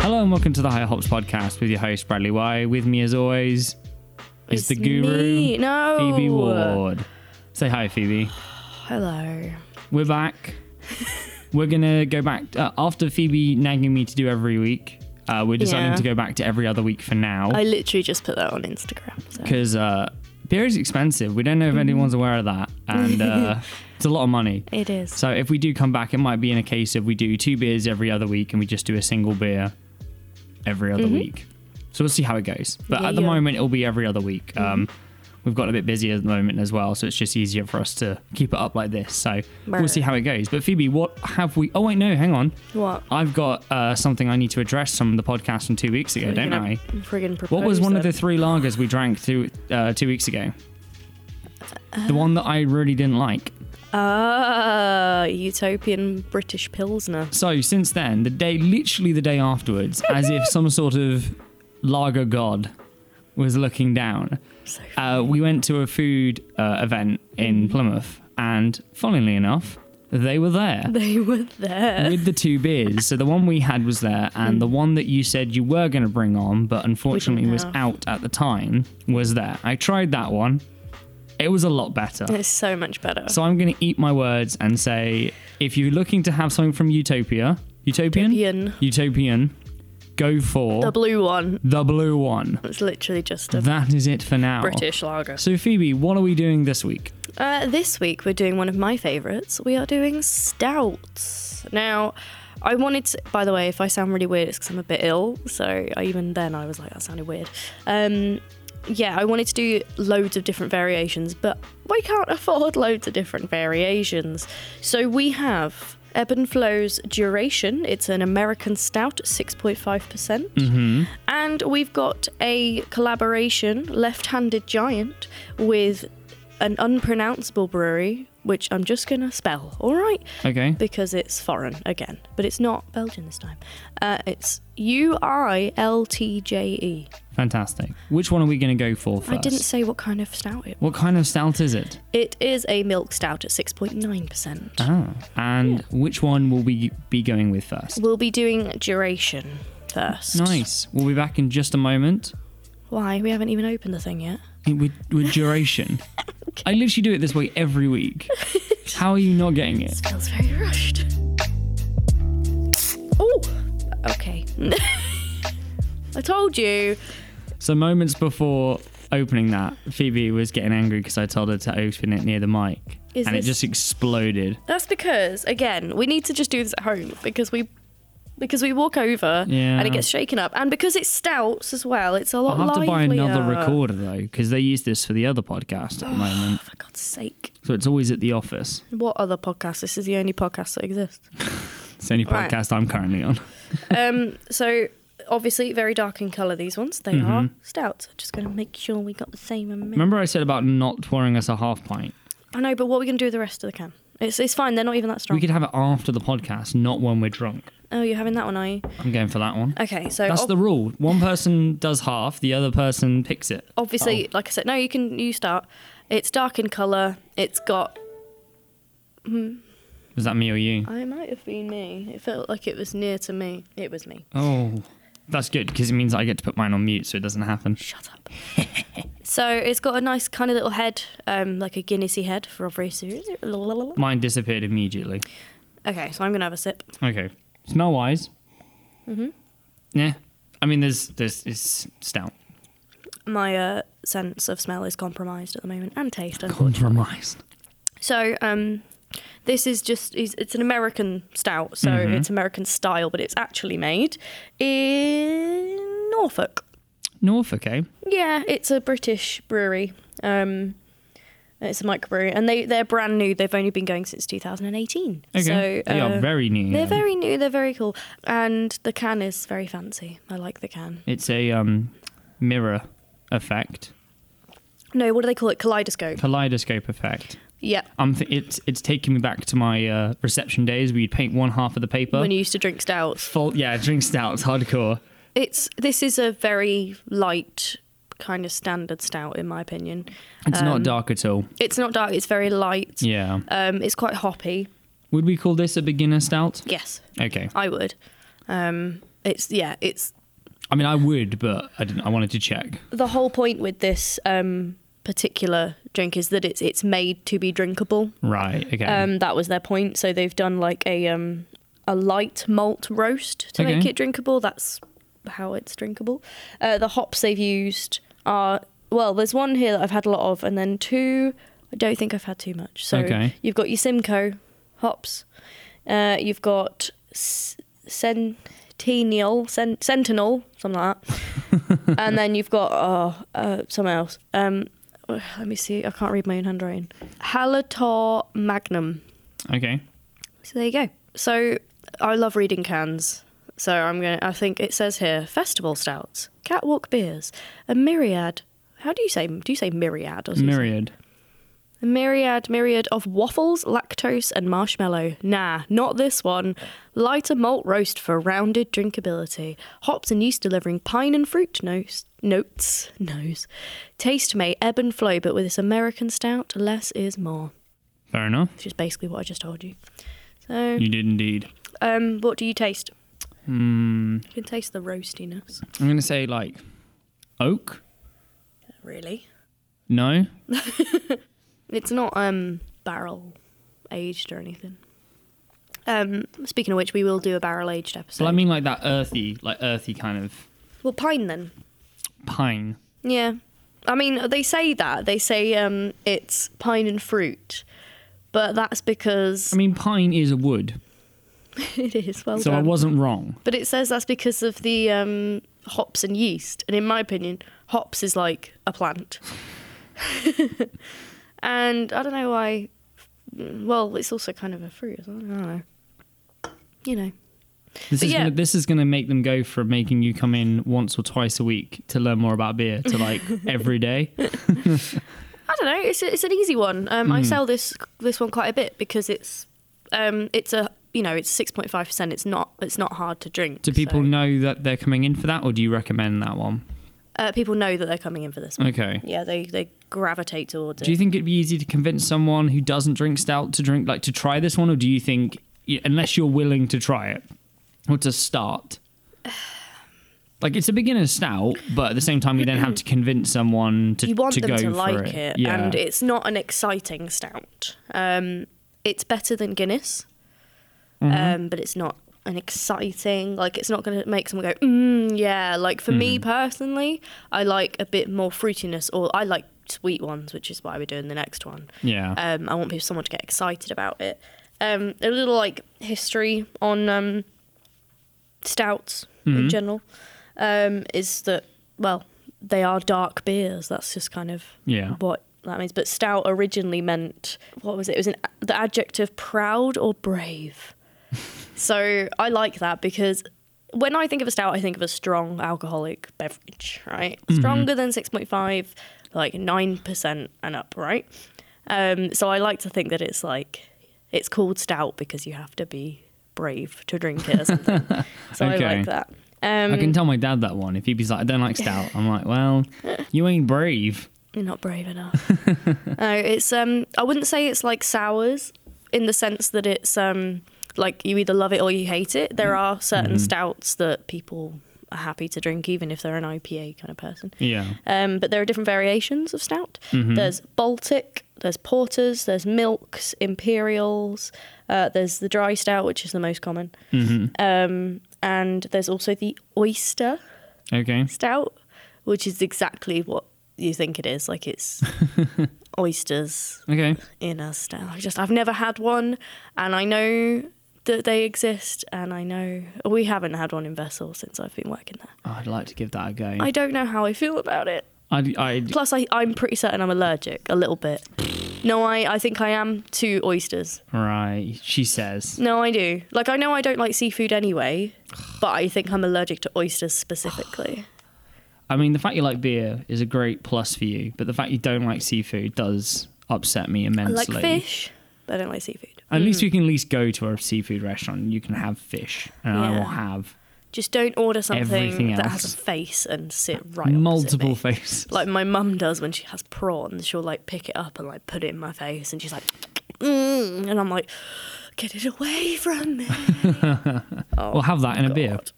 Hello and welcome to the Higher Hops podcast with your host Bradley Y. With me as always is It's the guru me. No. Phoebe Ward. Say hi, Phoebe. Hello. We're back. we're gonna go back uh, after Phoebe nagging me to do every week. Uh, we're deciding Yeah. to go back to every other week for now I literally just put that on Instagram. So. because uh, beer is expensive. We don't Mm. know if anyone's aware of that, and uh, it's a lot of money. It is. So if we do come back, it might be in a case of we do two beers every other week and we just do a single beer every other week. So we'll see how it goes. But Yeah, at the yeah. moment, it'll be every other week. Um, we've got a bit busier at the moment as well, so it's just easier for us to keep it up like this. So we'll Right. see how it goes. But Phoebe, what have we? Oh wait, no, hang on. What? I've got uh, something I need to address from the podcast from two weeks ago, don't I? Friggin' propose What was one of the then. three lagers we drank two uh, two weeks ago? the one that I really didn't like. Ah, utopian British Pilsner. So since then, the day, literally the day afterwards, as if some sort of lager god was looking down, So uh, we went to a food uh, event in Plymouth, and funnily enough, they were there they were there. with the two beers. So the one we had was there, and the one that you said you were going to bring on, but unfortunately was have. out at the time, was there. I tried that one; it was a lot better. It's so much better. So I'm going to eat my words and say if you're looking to have something from Utopia, Utopian? Utopian. Utopian, go for the blue one. the blue one. It's literally just a That is it for now. British lager. So, Phoebe, what are we doing this week? Uh, this week we're doing one of my favourites. We are doing stouts. Now, I wanted to, by the way, if I sound really weird, it's because I'm a bit ill. So I, even then I was like, that sounded weird. Um, yeah, I wanted to do loads of different variations, but we can't afford loads of different variations. So we have Ebb and Flow's Duration. It's an American stout, 6.5%. percent And we've got a collaboration, Left Handed Giant, with an unpronounceable brewery, which I'm just going to spell, all right? Okay. Because it's foreign again, but it's not Belgian this time. Uh, it's U I L T J E. Fantastic. Which one are we going to go for first? I didn't say what kind of stout it was. What kind of stout is it? It is a milk stout at 6.9%. Ah, and which one will we be going with first? We'll be doing duration first. Nice. We'll be back in just a moment Why? We haven't even opened the thing yet. with, with duration. I literally do it this way every week. How are you not getting it? Feels very rushed. Oh, okay. I told you. So moments before opening that, Phoebe was getting angry because I told her to open it near the mic, Is and it this- just exploded. That's because again, we need to just do this at home because we because we walk over Yeah. and it gets shaken up, and because it's stouts as well, it's a lot. I'll have to buy livelier. another recorder though, because they use this for the other podcast at the moment. Oh, For God's sake! So it's always at the office. What other podcast? This is the only podcast that exists. It's the only Right. podcast I'm currently on. um, so obviously, very dark in color. These ones they are stouts. Just going to make sure we got the same amount. Mm-hmm. Remember I said about not pouring us a half pint? I know, but what are we going to do with the rest of the can? It's it's fine. They're not even that strong. We could have it after the podcast, not when we're drunk. Oh, you're having that one, are you? I'm going for that one. Okay, so That's ob- the rule. One person does half, the other person picks it. oh. obviously, like I said, no, you can you start. It's dark in color. It's got Was that me or you? I might have been me. It felt like it was near to me. It was me. Oh, that's good because it means I get to put mine on mute, so it doesn't happen. Shut up. so it's got a nice kind of little head, um, like a Guinnessy head for obvious reasons. Mine disappeared immediately. Okay, so I'm gonna have a sip. Okay. Smell wise. Mm-hmm. Yeah. I mean, there's there's it's stout. My uh, sense of smell is compromised at the moment, and taste. Unfortunately. Compromised. So um, this is just is- it's an American stout, so Mm-hmm. it's American style, but it's actually made in Norfolk. Norfolk, eh? Yeah, it's a British brewery. Um, it's a microbrewery, and they they're brand new. They've only been going since 2018. Okay. So, they uh, are very new. They're then. very new. They're very cool, and the can is very fancy. I like the can. It's a um, mirror effect, No, what do they call it? Kaleidoscope. kaleidoscope effect. Yeah, I'm th- it's it's taking me back to my uh, reception days where you'd paint one half of the paper. when you used to drink stouts. Fold- yeah, drink stouts, hardcore. It's this is a very light kind of standard stout, in my opinion. It's Um, not dark at all. It's not dark. It's very light. Yeah. Um, it's quite hoppy. Would we call this a beginner stout? Yes, Okay. I would. Um, It's yeah, it's I mean, I would, but I didn't. I wanted to check. the whole point with this um, particular drink is that it's it's made to be drinkable. Right. Okay. Um, that was their point. So they've done like a um, a light malt roast to make Okay. it drinkable. That's how it's drinkable. Uh, the hops they've used are well, there's one here that I've had a lot of, and then two. I don't think I've had too much. So Okay. you've got your Simcoe hops. Uh, you've got S- Centennial, Sen- Sentinel, something like that. and then you've got oh, uh, something else. Um, let me see. I can't read my own handwriting. Halator Magnum. okay. So there you go. So I love reading cans. So I'm going to, I think it says here festival stouts, catwalk beers, a myriad. How do you say, do you say myriad or something? Myriad. A myriad, myriad of waffles, lactose, and marshmallow. Nah, not this one. Lighter malt roast for rounded drinkability. Hops and yeast delivering pine and fruit notes. Notes, nose. Taste may ebb and flow, but with this American stout, less is more. Fair enough. Which is basically what I just told you. So, You did indeed. um, what do you taste? Hmm. You can taste the roastiness. I'm gonna say like oak. Really? No. It's not um barrel aged or anything. Um, speaking of which, we will do a barrel aged episode. Well, I mean like that earthy, like earthy kind of well, pine then. pine. Yeah. I mean, they say that. They say um, it's pine and fruit, but that's because I mean, pine is a wood, it is well so I done. wasn't wrong. but it says that's because of the um, hops and yeast. And in my opinion, hops is like a plant. and I don't know why. Well, it's also kind of a fruit, isn't it? I don't know. You know. This But is yeah. gonna, this is going to make them go from making you come in once or twice a week to learn more about beer to like every day. I don't know. It's a, it's an easy one. Um, Hmm. I sell this this one quite a bit because it's um, it's a you know it's six point five percent. It's not it's not hard to drink. Do people so- know that they're coming in for that, or do you recommend that one? uh, people know that they're coming in for this one? Okay. Yeah, they they gravitate towards Do you it. think it'd be easy to convince someone who doesn't drink stout to drink like to try this one, or do you think y- unless you're willing to try it or to start? Like it's a beginner stout, but at the same time, you then have to convince someone to You want to them go to for like it. it, Yeah. and it's not an exciting stout. Um, it's better than Guinness, Mm-hmm. um, but it's not an exciting like it's not going to make someone go mm, yeah like for me Mm-hmm. personally i like a bit more fruitiness or i like sweet ones which is why we're doing the next one yeah. Um, I want people, someone to get excited about it. Um, a little like history on um, stouts in general um, is that well they are dark beers. That's just kind of Yeah. what that means. But stout originally meant what was it? It was an, the adjective proud or brave. so I like that because. When I think of a stout, I think of a strong alcoholic beverage, right? Mm-hmm. Stronger than 6.5, like 9% and up, right? Um, so I like to think that it's like it's called stout because you have to be brave to drink it or something. so I Okay. like that. Um, I can tell my dad that one. If he'd be like, I don't like stout, I'm like, well, you ain't brave. You're not brave enough. no, it's um. I wouldn't say it's like sours in the sense that it's um like you either love it or you hate it. There are certain stouts that people are happy to drink, even if they're an IPA kind of person. Yeah. Um, but there are different variations of stout. There's Baltic, there's porters, there's milks, imperials, uh, there's the dry stout, which is the most common, um, and there's also the oyster Okay. stout, which is exactly what you think it is. Like it's oysters Okay. in a stout. I just I've never had one, and I know that they exist, and I know we haven't had one in Vessel since I've been working there. Oh, I'd like to give that a go. I don't know how I feel about it. I'd, I'd, Plus, I, I'm pretty certain I'm allergic a little bit. No, I, I think I am to oysters. right. She says. No, I do. Like, I know I don't like seafood anyway, but I think I'm allergic to oysters specifically. I mean, the fact you like beer is a great plus for you, but the fact you don't like seafood does upset me I immensely. like fish, Hmm. but I don't like seafood. At least you can at least go to a seafood restaurant. and You can have fish, and I will Yeah. have Just don't order something Everything that has else. a face and sit right opposite multiple me. faces. Like my mum does when she has prawns, she'll like pick it up and like put it in my face, and she's like, mm, and I'm like, get it away from me. we'll have that in a beer. God.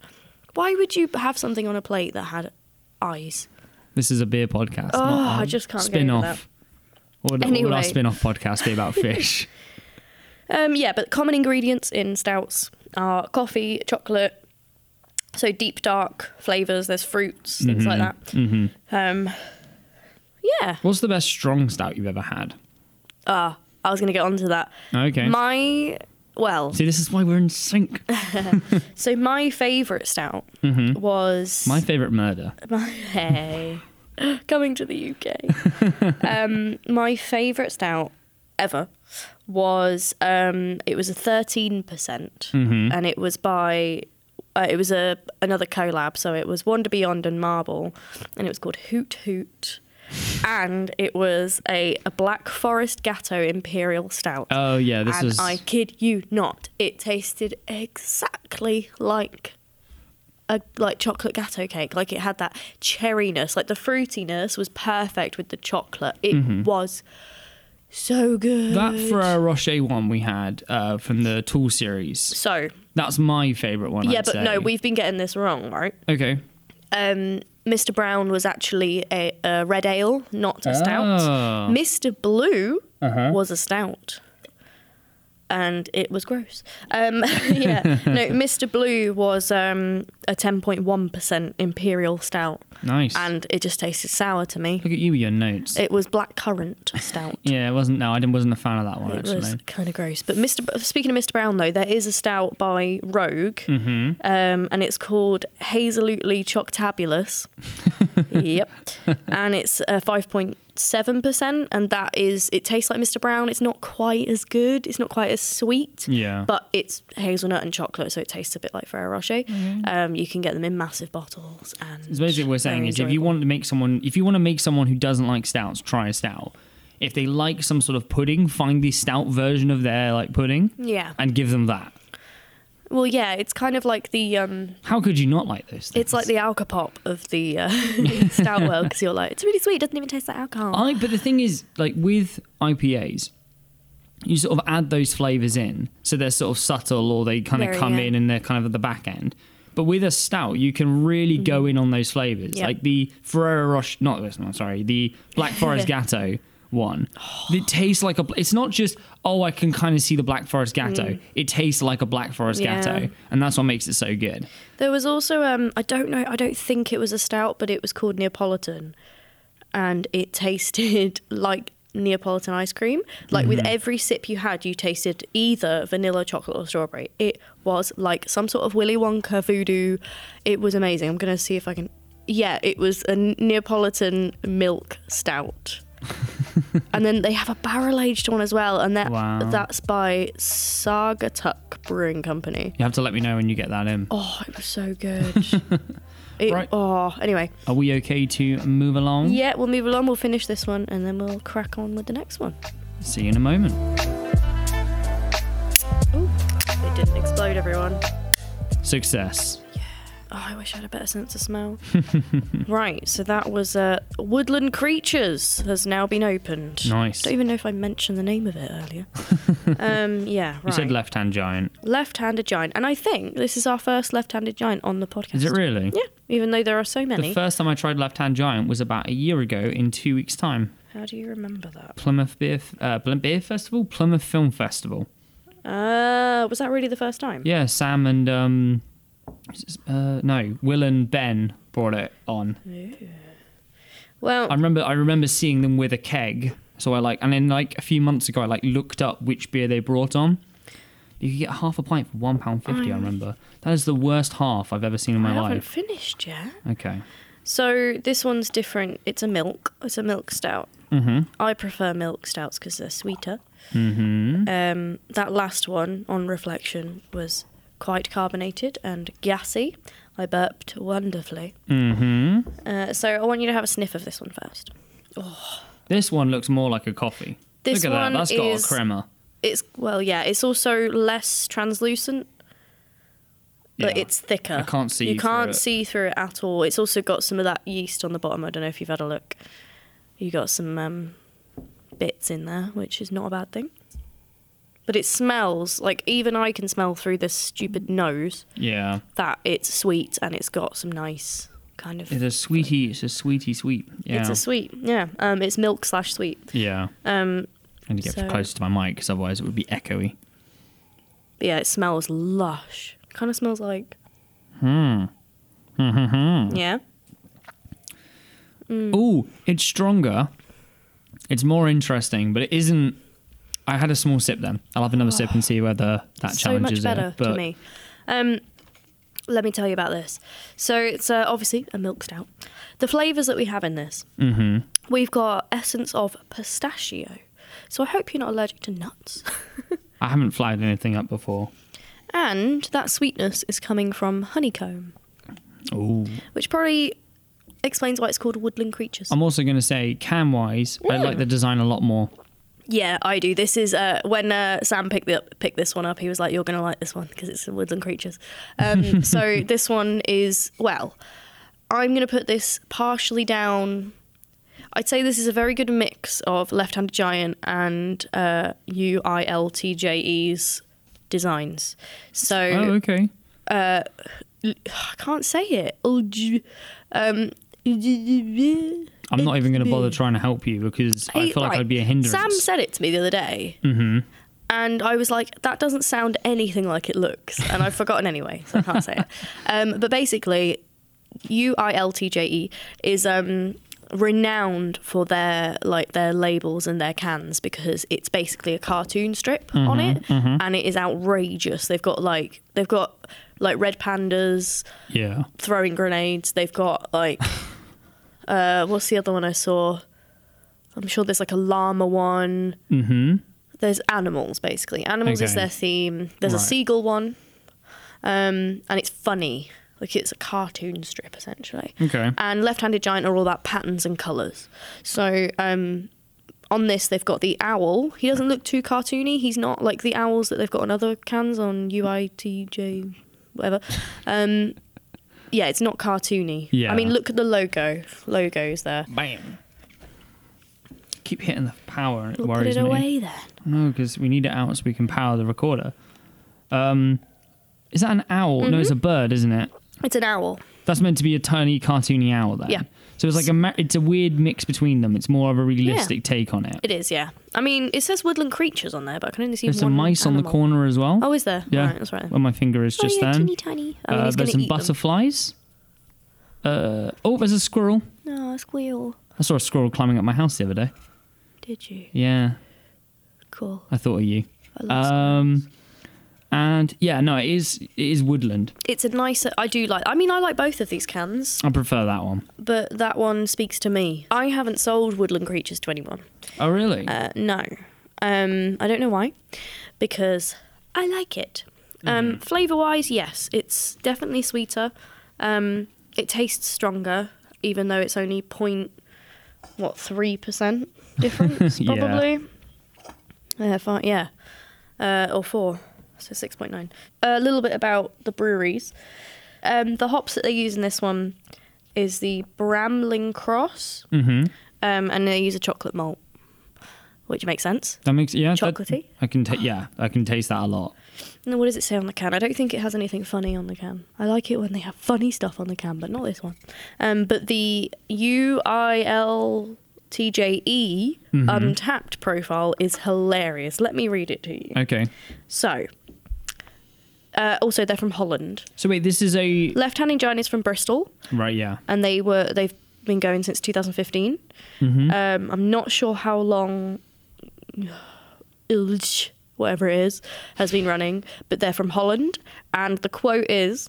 Why would you have something on a plate that had eyes? This is a beer podcast. Oh, not a I just can't get spin over off. What would, what would Anyway. our spin off podcast be about fish? Um, yeah, but common ingredients in stouts are coffee, chocolate, so deep dark flavors. There's fruits, things like that. Mm-hmm. Um, yeah. What's the best strong stout you've ever had? Ah, I was gonna get onto that. Okay. My well, See, this is why we're in sync. so my favorite stout was My favourite murder. Hey, coming to the UK. um, my favourite stout ever was um, it was a thirteen percent, and it was by uh, it was a another collab. So it was Wonder Beyond and Marble, and it was called Hoot Hoot. And it was a, a Black Forest Gatto Imperial Stout. Oh, yeah, this and was. I kid you not, it tasted exactly like a like chocolate gatto cake. Like it had that cherryness, like the fruitiness was perfect with the chocolate. It was so Mm-hmm. good. that Ferrero Rocher one we had uh, from the Tool series. so That's my favourite one. yeah, I'd but say. no, we've been getting this wrong, right? Okay. Um, Mr. Brown was actually a, a red ale, not a Ah. stout. Mr. Blue was a stout. And it was gross. Um, yeah. No, Mr. Blue was um, a 10.1% imperial stout. Nice. And it just tasted sour to me. Look at you with your notes. It was black currant stout. yeah, it wasn't. No, I didn't, wasn't a fan of that one, It actually. was kind of gross, but Mr. B- Speaking of Mr. Brown, though, there is a stout by Rogue, Mm-hmm. um, and it's called Hazelutely Choctabulous. yep, and it's uh, five point seven percent, and that is it tastes like Mr. Brown. It's not quite as good. It's not quite as sweet. Yeah. but it's hazelnut and chocolate, so it tastes a bit like Ferrero Rocher. Um, you can get them in massive bottles, and Mm-hmm. It's basically what we're saying very is if you enjoyable. want to make someone if you want to make someone who doesn't like stouts try a stout. If they like some sort of pudding, find the stout version of their like pudding yeah, and give them that. well, yeah, it's kind of like the um, How could you not like those? Things? It's like the alcopop of the uh, stout world because you're like, it's really sweet, doesn't even taste like alcohol. I but the thing is like with IPAs you sort of add those flavors in so they're sort of subtle or they kind of Very, come yeah. in and they're kind of at the back end. But with a stout, you can really go in on those flavors. Mm-hmm. Yeah. Like the Ferrero Rocher, not this one, sorry, the Black Forest Gatto one. It tastes like a, it's not just, oh, I can kind of see the Black Forest Gatto. It tastes like a Black Forest Mm. Yeah. Gatto. And that's what makes it so good. There was also, um, I don't know, I don't think it was a stout, but it was called Neapolitan, and it tasted like Neapolitan ice cream. Like with every sip you had, you tasted either vanilla, chocolate, or strawberry. It was like some sort of Willy Wonka voodoo. It was amazing. I'm gonna see if I can. Yeah, it was a Neapolitan milk stout. and then they have a barrel aged one as well, and that Wow. that's by Sagatuck Brewing Company. You have to let me know when you get that in. Oh, it was so good. it, Right. Oh, anyway. Are we okay to move along? Yeah, we'll move along. We'll finish this one and then we'll crack on with the next one. See you in a moment. Oh, it didn't explode, everyone. Success. Oh, I wish I had a better sense of smell. right, so that was uh, Woodland Creatures has now been opened. Nice. Don't even know if I mentioned the name of it earlier. um, yeah, right. You said left hand giant. left-handed giant, and I think this is our first left-handed giant on the podcast. Is it really? Yeah, even though there are so many. The first time I tried Left Hand Giant was about a year ago in two weeks' time. How do you remember that? Plymouth Beer, F- uh, Plym- Beer Festival? Plymouth Film Festival. Uh, was that really the first time? Yeah, Sam and, um, uh, no, Will and Ben brought it on. Well, I remember I remember seeing them with a keg. So I like, and then like a few months ago, I like looked up which beer they brought on. You could get half a pint for £1.50, I remember. That is the worst half I've ever seen in Mm. I my haven't life. finished yet. Okay. So this one's different. It's a milk. It's a milk stout. Mm-hmm. I prefer milk stouts because they're sweeter. Um, that last one, on reflection, was quite carbonated and gassy. I burped wonderfully. Mm-hmm. Uh, so I want you to have a sniff of this one first. This one looks more like a coffee. This Look at one that. That's got is- a crema. It's well, yeah. It's also less translucent, but Yeah. it's thicker. I can't see You through can't it. see through it at all. It's also got some of that yeast on the bottom. I don't know if you've had a look. You got some um, bits in there, which is not a bad thing. but it smells like even I can smell through this stupid nose Yeah. that it's sweet and it's got some nice kind of. It's a sweetie. It's a sweetie sweet. Yeah. It's a sweet, yeah. Um, it's milk slash sweet. yeah. Um, I need to get so- close to my mic because otherwise it would be echoey. but yeah, it smells lush. Kind of smells like. Hmm. yeah. Mm. Ooh, it's stronger. It's more interesting, but it isn't. I had a small sip then. I'll have another sip and see whether that so challenges much better it. But to me. Um, let me tell you about this. So it's uh, obviously a milk stout. The flavors that we have in this, mm-hmm. we've got essence of pistachio. So I hope you're not allergic to nuts. I haven't flagged anything up before. and that sweetness is coming from honeycomb, Ooh. which probably explains why it's called woodland creatures. I'm also going to say, cam wise, I like the design a lot more. yeah, I do. This is uh, when uh, Sam picked the, picked this one up. He was like, "You're gonna like this one because it's woodland creatures." Um, so this one is well. I'm going to put this partially down. I'd say this is a very good mix of Left Handed Giant and uh, UILTJE's designs. So Oh, okay. I can't say it. Ulj- Um, I'm not even going to bother trying to help you because I, feel like right. I'd be a hindrance. Sam said it to me the other day. Mm-hmm. And I was like, that doesn't sound anything like it looks. And I've forgotten anyway, so I can't say it. Um, but basically, UILTJE E is um, renowned for their like their labels and their cans because it's basically a cartoon strip on Mm-hmm, it, and it is outrageous. They've got like they've got like red pandas, yeah. throwing grenades. They've got like, uh, what's the other one I saw? I'm sure there's like a llama one. Mm-hmm. There's animals basically. Animals is Okay. their theme. There's a Right. seagull one, um, and it's funny. Like it's a cartoon strip essentially. Okay. And left-handed giant are all about patterns and colours. So um, on this, they've got the owl. He doesn't look too cartoony. He's not like the owls that they've got on other cans on UITJ, whatever. Um, yeah, it's not cartoony. Yeah. I mean, look at the logo. Logos there. Bam. Keep hitting the power and it We'll put worries it me. away then. No, because we need it out so we can power the recorder. Um, is that an owl? No, Mm-hmm. it's a bird, isn't it? It's an owl. That's meant to be a tiny cartoony owl, then. Yeah. So it's like a ma- it's a weird mix between them. It's more of a realistic take on it. It is, yeah. I mean, it says woodland creatures on there, but I can only see There's one some mice on the animal. corner as well. Oh, is there? yeah, Right, that's right. Where my finger is oh, just yeah, then. teeny tiny. I mean, uh, he's gonna there's some eat them. butterflies. Uh, oh, there's a squirrel. No, squeal. I saw a squirrel climbing up my house the other day. Did you? Yeah, Cool. I thought of you. I love Um, and yeah, no, it is it is woodland. it's a nicer i do like i mean i like both of these cans I prefer that one. but that one speaks to me i haven't sold woodland creatures to anyone Oh, really? uh, no um, i don't know why because i like it um, flavor wise yes it's definitely sweeter um, it tastes stronger even though it's only point what 3% difference Yeah. probably yeah, fi- yeah. Uh, or four so 6.9 a little bit about the breweries um, the hops that they use in this one is the Bramling Cross, mm-hmm. um, and they use a chocolate malt, which makes sense. That makes yeah. that- Chocolatey. I can ta- yeah, I can taste that a lot. And what does it say on the can? I don't think it has anything funny on the can. I like it when they have funny stuff on the can, but not this one. Um, but the U I L T J E Untapped profile is hilarious. Let me read it to you. Okay. So, uh, also they're from Holland. So wait, this is a Left Hand and Giant is from Bristol. right. Yeah. and they were they've been going since 2015. Um, I'm not sure how long Ilj, whatever it is, has been running, but they're from Holland, and the quote is.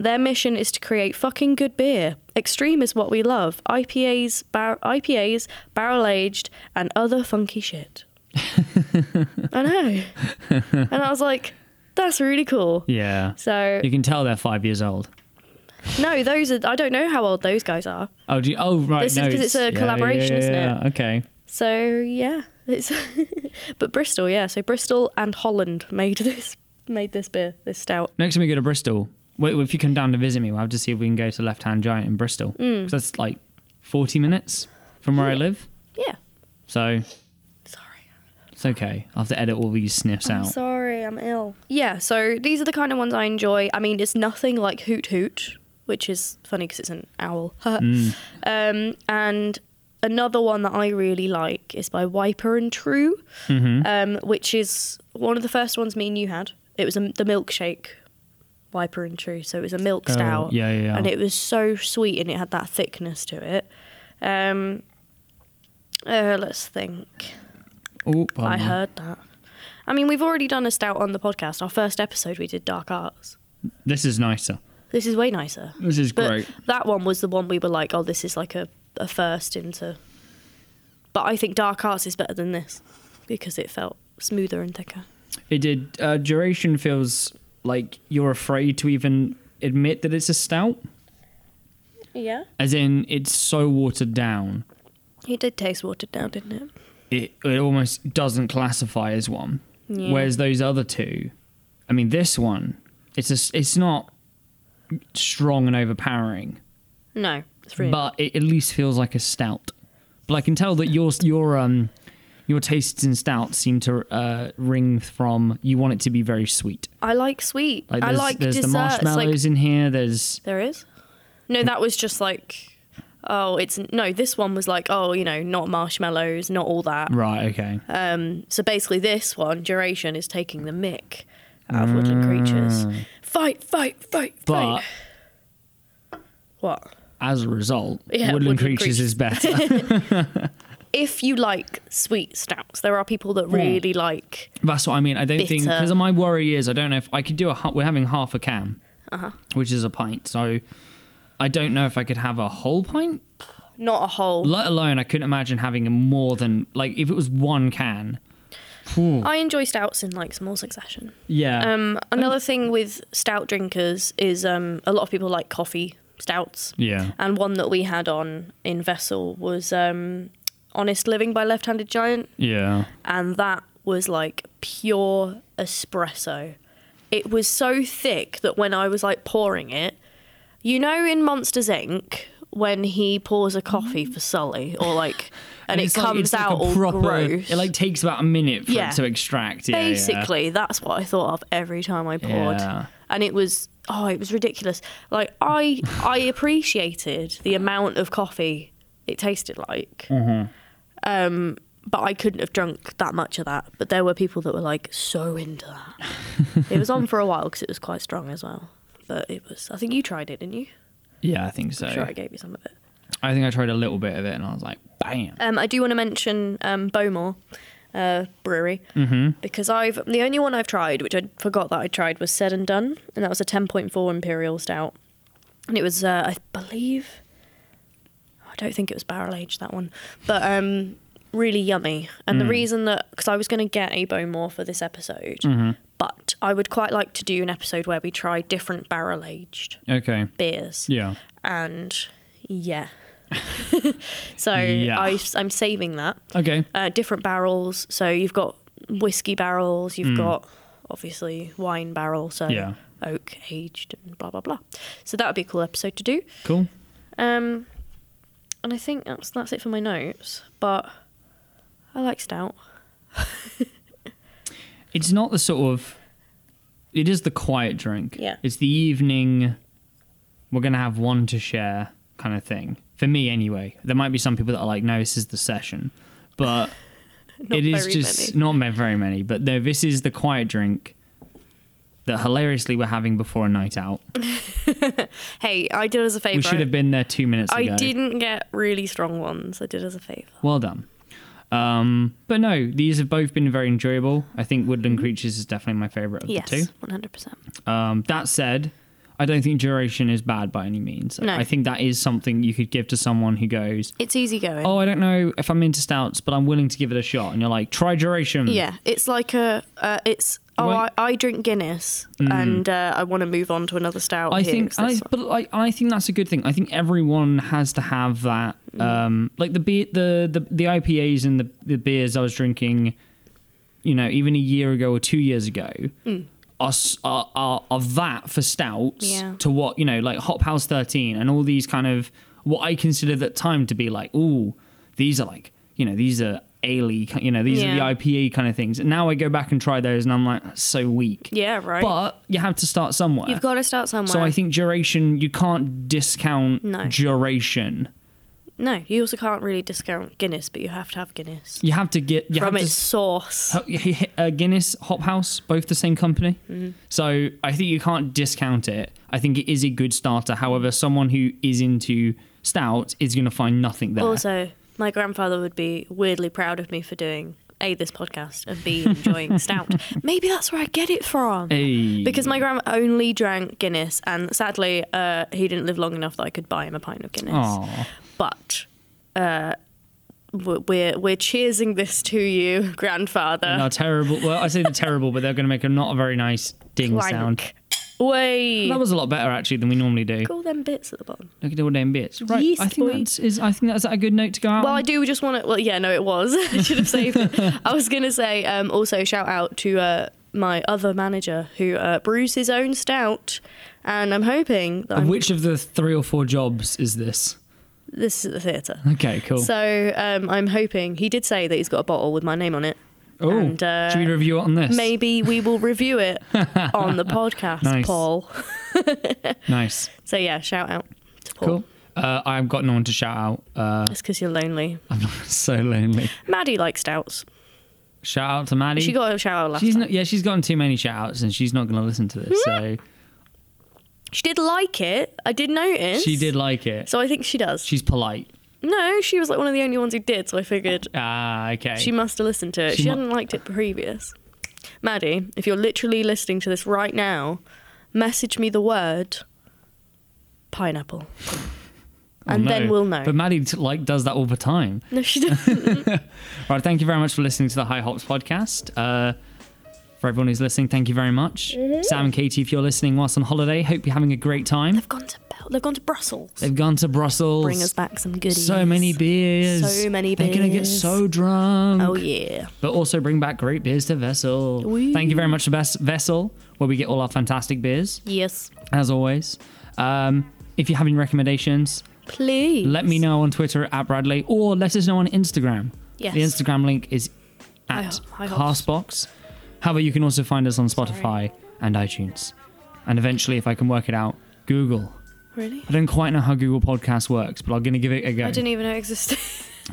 Their mission is to create fucking good beer. Extreme is what we love. IPAs, bar- IPAs, barrel aged, and other funky shit. I know. And I was like, that's really cool. Yeah. So You can tell they're five years old. no, those are. I don't know how old those guys are. Oh, do you, oh right. This is no, 'cause it's a yeah, yeah, collaboration, yeah, isn't it? yeah, Okay. So yeah, it's but Bristol, yeah. So Bristol and Holland made this made this beer, this stout. Next time we go to Bristol, wait, if you come down to visit me, we'll have to see if we can go to Left Hand Giant in Bristol. Mm. 'Cause that's like forty minutes from where I live. Yeah. So Sorry. It's okay. I have to edit all these sniffs out. sorry, I'm ill. Yeah, so these are the kind of ones I enjoy. I mean, it's nothing like Hoot Hoot, which is funny because it's an owl. Mm. um, and another one that I really like is by Wiper and True, Mm-hmm. um, which is one of the first ones me and you had. It was a, the milkshake Wiper and True, so it was a milk Oh, stout. yeah, yeah, yeah. And it was so sweet and it had that thickness to it. Um, uh, let's think. Oh, I pardon. heard that. I mean, we've already done a stout on the podcast. Our first episode, we did dark arts. This is nicer. This is way nicer. This is But great. that one was the one we were like, oh, this is like a, a first into. But I think dark arts is better than this because it felt smoother and thicker. It did. Uh, duration feels like you're afraid to even admit that it's a stout, Yeah. as in it's so watered down. It did taste watered down, didn't it? It it almost doesn't classify as one. Yeah. Whereas those other two, I mean, this one, it's a s it's not strong and overpowering, No, it's really. but it at least feels like a stout. But I can tell that your your um your tastes in stouts seem to uh, ring from you want it to be very sweet. I like sweet. Like I there's, like there's desserts. the Like marshmallows in here. There's There is? No, that was just like, oh, it's. No, this one was like, oh, you know, not marshmallows, not all that. right, okay. Um, so basically, this one, duration, is taking the mick out of woodland creatures. Fight, fight, fight, But fight. What? as a result, Yeah, Woodland, Woodland Creatures Creatures. is better. If you like sweet stouts, there are people that really like. That's what I mean. I don't think Bitter. because my worry is I don't know if I could do a. hu- We're having half a can, Uh-huh. which is a pint. So I don't know if I could have a whole pint. Not a whole. Let alone I couldn't imagine having more than like if it was one can. I enjoy stouts in like small succession. Yeah. Um, another thing with stout drinkers is um, a lot of people like coffee stouts. yeah. And one that we had on in Vessel was um, Honest Living by Left Handed Giant. Yeah. and that was like pure espresso. It was so thick that when I was like pouring it, you know, in Monsters Inc. when he pours a coffee for Sully, or like, and, it it's like- comes it's like a out all proper- gross. It like takes about a minute for Yeah. it to extract. Yeah, yeah. Basically, that's what I thought of every time I poured, Yeah. and it was oh, it was ridiculous. Like I, I appreciated the amount of coffee it tasted like, um, Mm-hmm. but I couldn't have drunk that much of that. But there were people that were like so into that. it was on for a while because it was quite strong as well. But it was, I think you tried it, didn't you? Yeah, I think so. Sure, I gave you some of it. I think I tried a little bit of it and I was like, bam. Um, I do want to mention um, Bowmore uh, Brewery because I've the only one I've tried, which I forgot that I tried, was Said and Done, and that was a ten point four imperial stout, and it was uh, I believe I don't think it was barrel aged that one, but um, really yummy. And the reason that because I was going to get a Bowmore for this episode, but I would quite like to do an episode where we try different barrel aged Okay. beers Yeah. and yeah. so Yeah. I, am saving that. Okay. Uh, different barrels. So you've got whiskey barrels, you've got obviously wine barrel, so Mm. Yeah. oak aged and blah blah blah. So that would be a cool episode to do. Cool. Um, and I think that's that's it for my notes. But I like stout. it's not the sort of it is the quiet drink Yeah. it's the evening we're gonna have one to share kind of thing for me anyway there might be some people that are like no this is the session but Not it is very just many. not ma- very many but no this is the quiet drink that hilariously we're having before a night out Hey, I did as a we should have favour. been there two minutes I ago didn't get really strong ones. I did as a favour. well done um, but no these have both been very enjoyable i think woodland creatures is definitely my favorite of Mm-hmm. Yes, the two one hundred percent. Um, that said, I don't think duration is bad by any means. No. I think that is something you could give to someone who goes, It's easy going. "Oh, I don't know if I'm into stouts, but I'm willing to give it a shot." And you're like, "Try duration." Yeah, it's like a uh, it's oh I, Right. I drink Guinness and uh, I want to move on to another stout. Hmm. I here, think, 'cause I, this one- but I, I think that's a good thing. I think everyone has to have that. Mm. Um, like the beer, the, the the IPAs and the the beers I was drinking, you know, even a year ago or two years ago, Mm. are, s- are are are that for stouts Yeah. to what you know, like Hop House Thirteen and all these kind of what I considered at time to be like, ooh, these are like you know these are ale you know these Yeah. are the IPA kind of things and now I go back and try those and I'm like "That's so weak Yeah, right. but you have to start somewhere You've got to start somewhere. so I think duration you can't discount No. duration no, you also can't really discount Guinness, but you have to have Guinness you have to get you from have its to source. Ho- he- he- uh, Guinness, Hop House, both the same company. Mm-hmm. So I think you can't discount it. I think it is a good starter. However, someone who is into stout is going to find nothing there. Also, my grandfather would be weirdly proud of me for doing a this podcast and b enjoying stout. Maybe that's where I get it from. Hey. Because my grandma only drank Guinness, and sadly, uh, he didn't live long enough that I could buy him a pint of Guinness. Aw. But uh, we're, we're we're cheersing this to you, grandfather. No, terrible. Well, I say the terrible, but they're going to make a not a very nice ding Clank. sound. Way. That was a lot better actually than we normally do. all them bits at the bottom. Look at all them bits. Right, Yeast I think boy. that's is. I think that's a good note to go out. Well, on. I do just want to. Well, yeah, no, it was. I should have saved it. I was going to say um, also shout out to uh, my other manager who uh, brews his own stout, and I'm hoping that I'm, Which of the three or four jobs is this? this is the theatre. Okay, cool. So um, I'm hoping he did say that he's got a bottle with my name on it. oh, and, uh, should we review it on this? Maybe we will review it on the podcast, Nice. Paul. Nice. So yeah, shout out to Paul. Cool. Uh, I've got no one to shout out. Uh, It's because you're lonely. I'm so lonely. Maddie likes stouts. Shout out to Maddie. She got a shout out last she's time. not, yeah, she's gotten too many shout outs and she's not going to listen to this. So Hmm, she did like it. I did notice. she did like it. So I think she does. She's polite. No, she was like one of the only ones who did, so I figured Ah, okay. she must have listened to it. She She, mu- hadn't liked it previous. Maddie, if you're literally listening to this right now, message me the word pineapple. Oh, and then no. we'll know. But Maddie t- like does that all the time. no, she doesn't. Right. Thank you very much for listening to the High Hops podcast. Uh, for everyone who's listening, thank you very much. Mm-hmm. Sam and Katie, if you're listening whilst on holiday, hope you're having a great time. They've gone to Bel- they've gone to Brussels. They've gone to Brussels. Bring us back some goodies. so many beers. So many They're gonna get beers. so drunk. Oh yeah. but also bring back great beers to Vessel. Woo. Thank you very much to Ves- Vessel, where we get all our fantastic beers, Yes. as always. Um, if you have any recommendations, Please. let me know on Twitter at Bradley or let us know on Instagram. Yes. The Instagram link is at Hi- hi hops. Castbox. However, you can also find us on Spotify and iTunes. And eventually, if I can work it out, Google. Really? I don't quite know how Google Podcasts works, but I'm going to give it a go. I didn't even know it existed.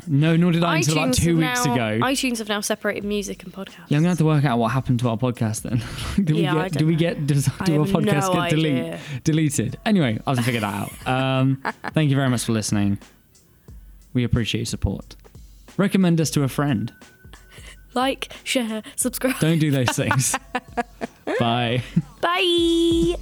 no, nor did I until about iTunes two have weeks now- ago. iTunes have now separated music and podcasts. Yeah, I'm gonna have to work out what happened to our podcast then. do we Yeah, I get do don't we know. get does, I do our have podcast no get delete, idea. deleted? Anyway, I'll figure that out. Um, thank you very much for listening. We appreciate your support. Recommend us to a friend. like, share, subscribe. Don't do those things. Bye. Bye.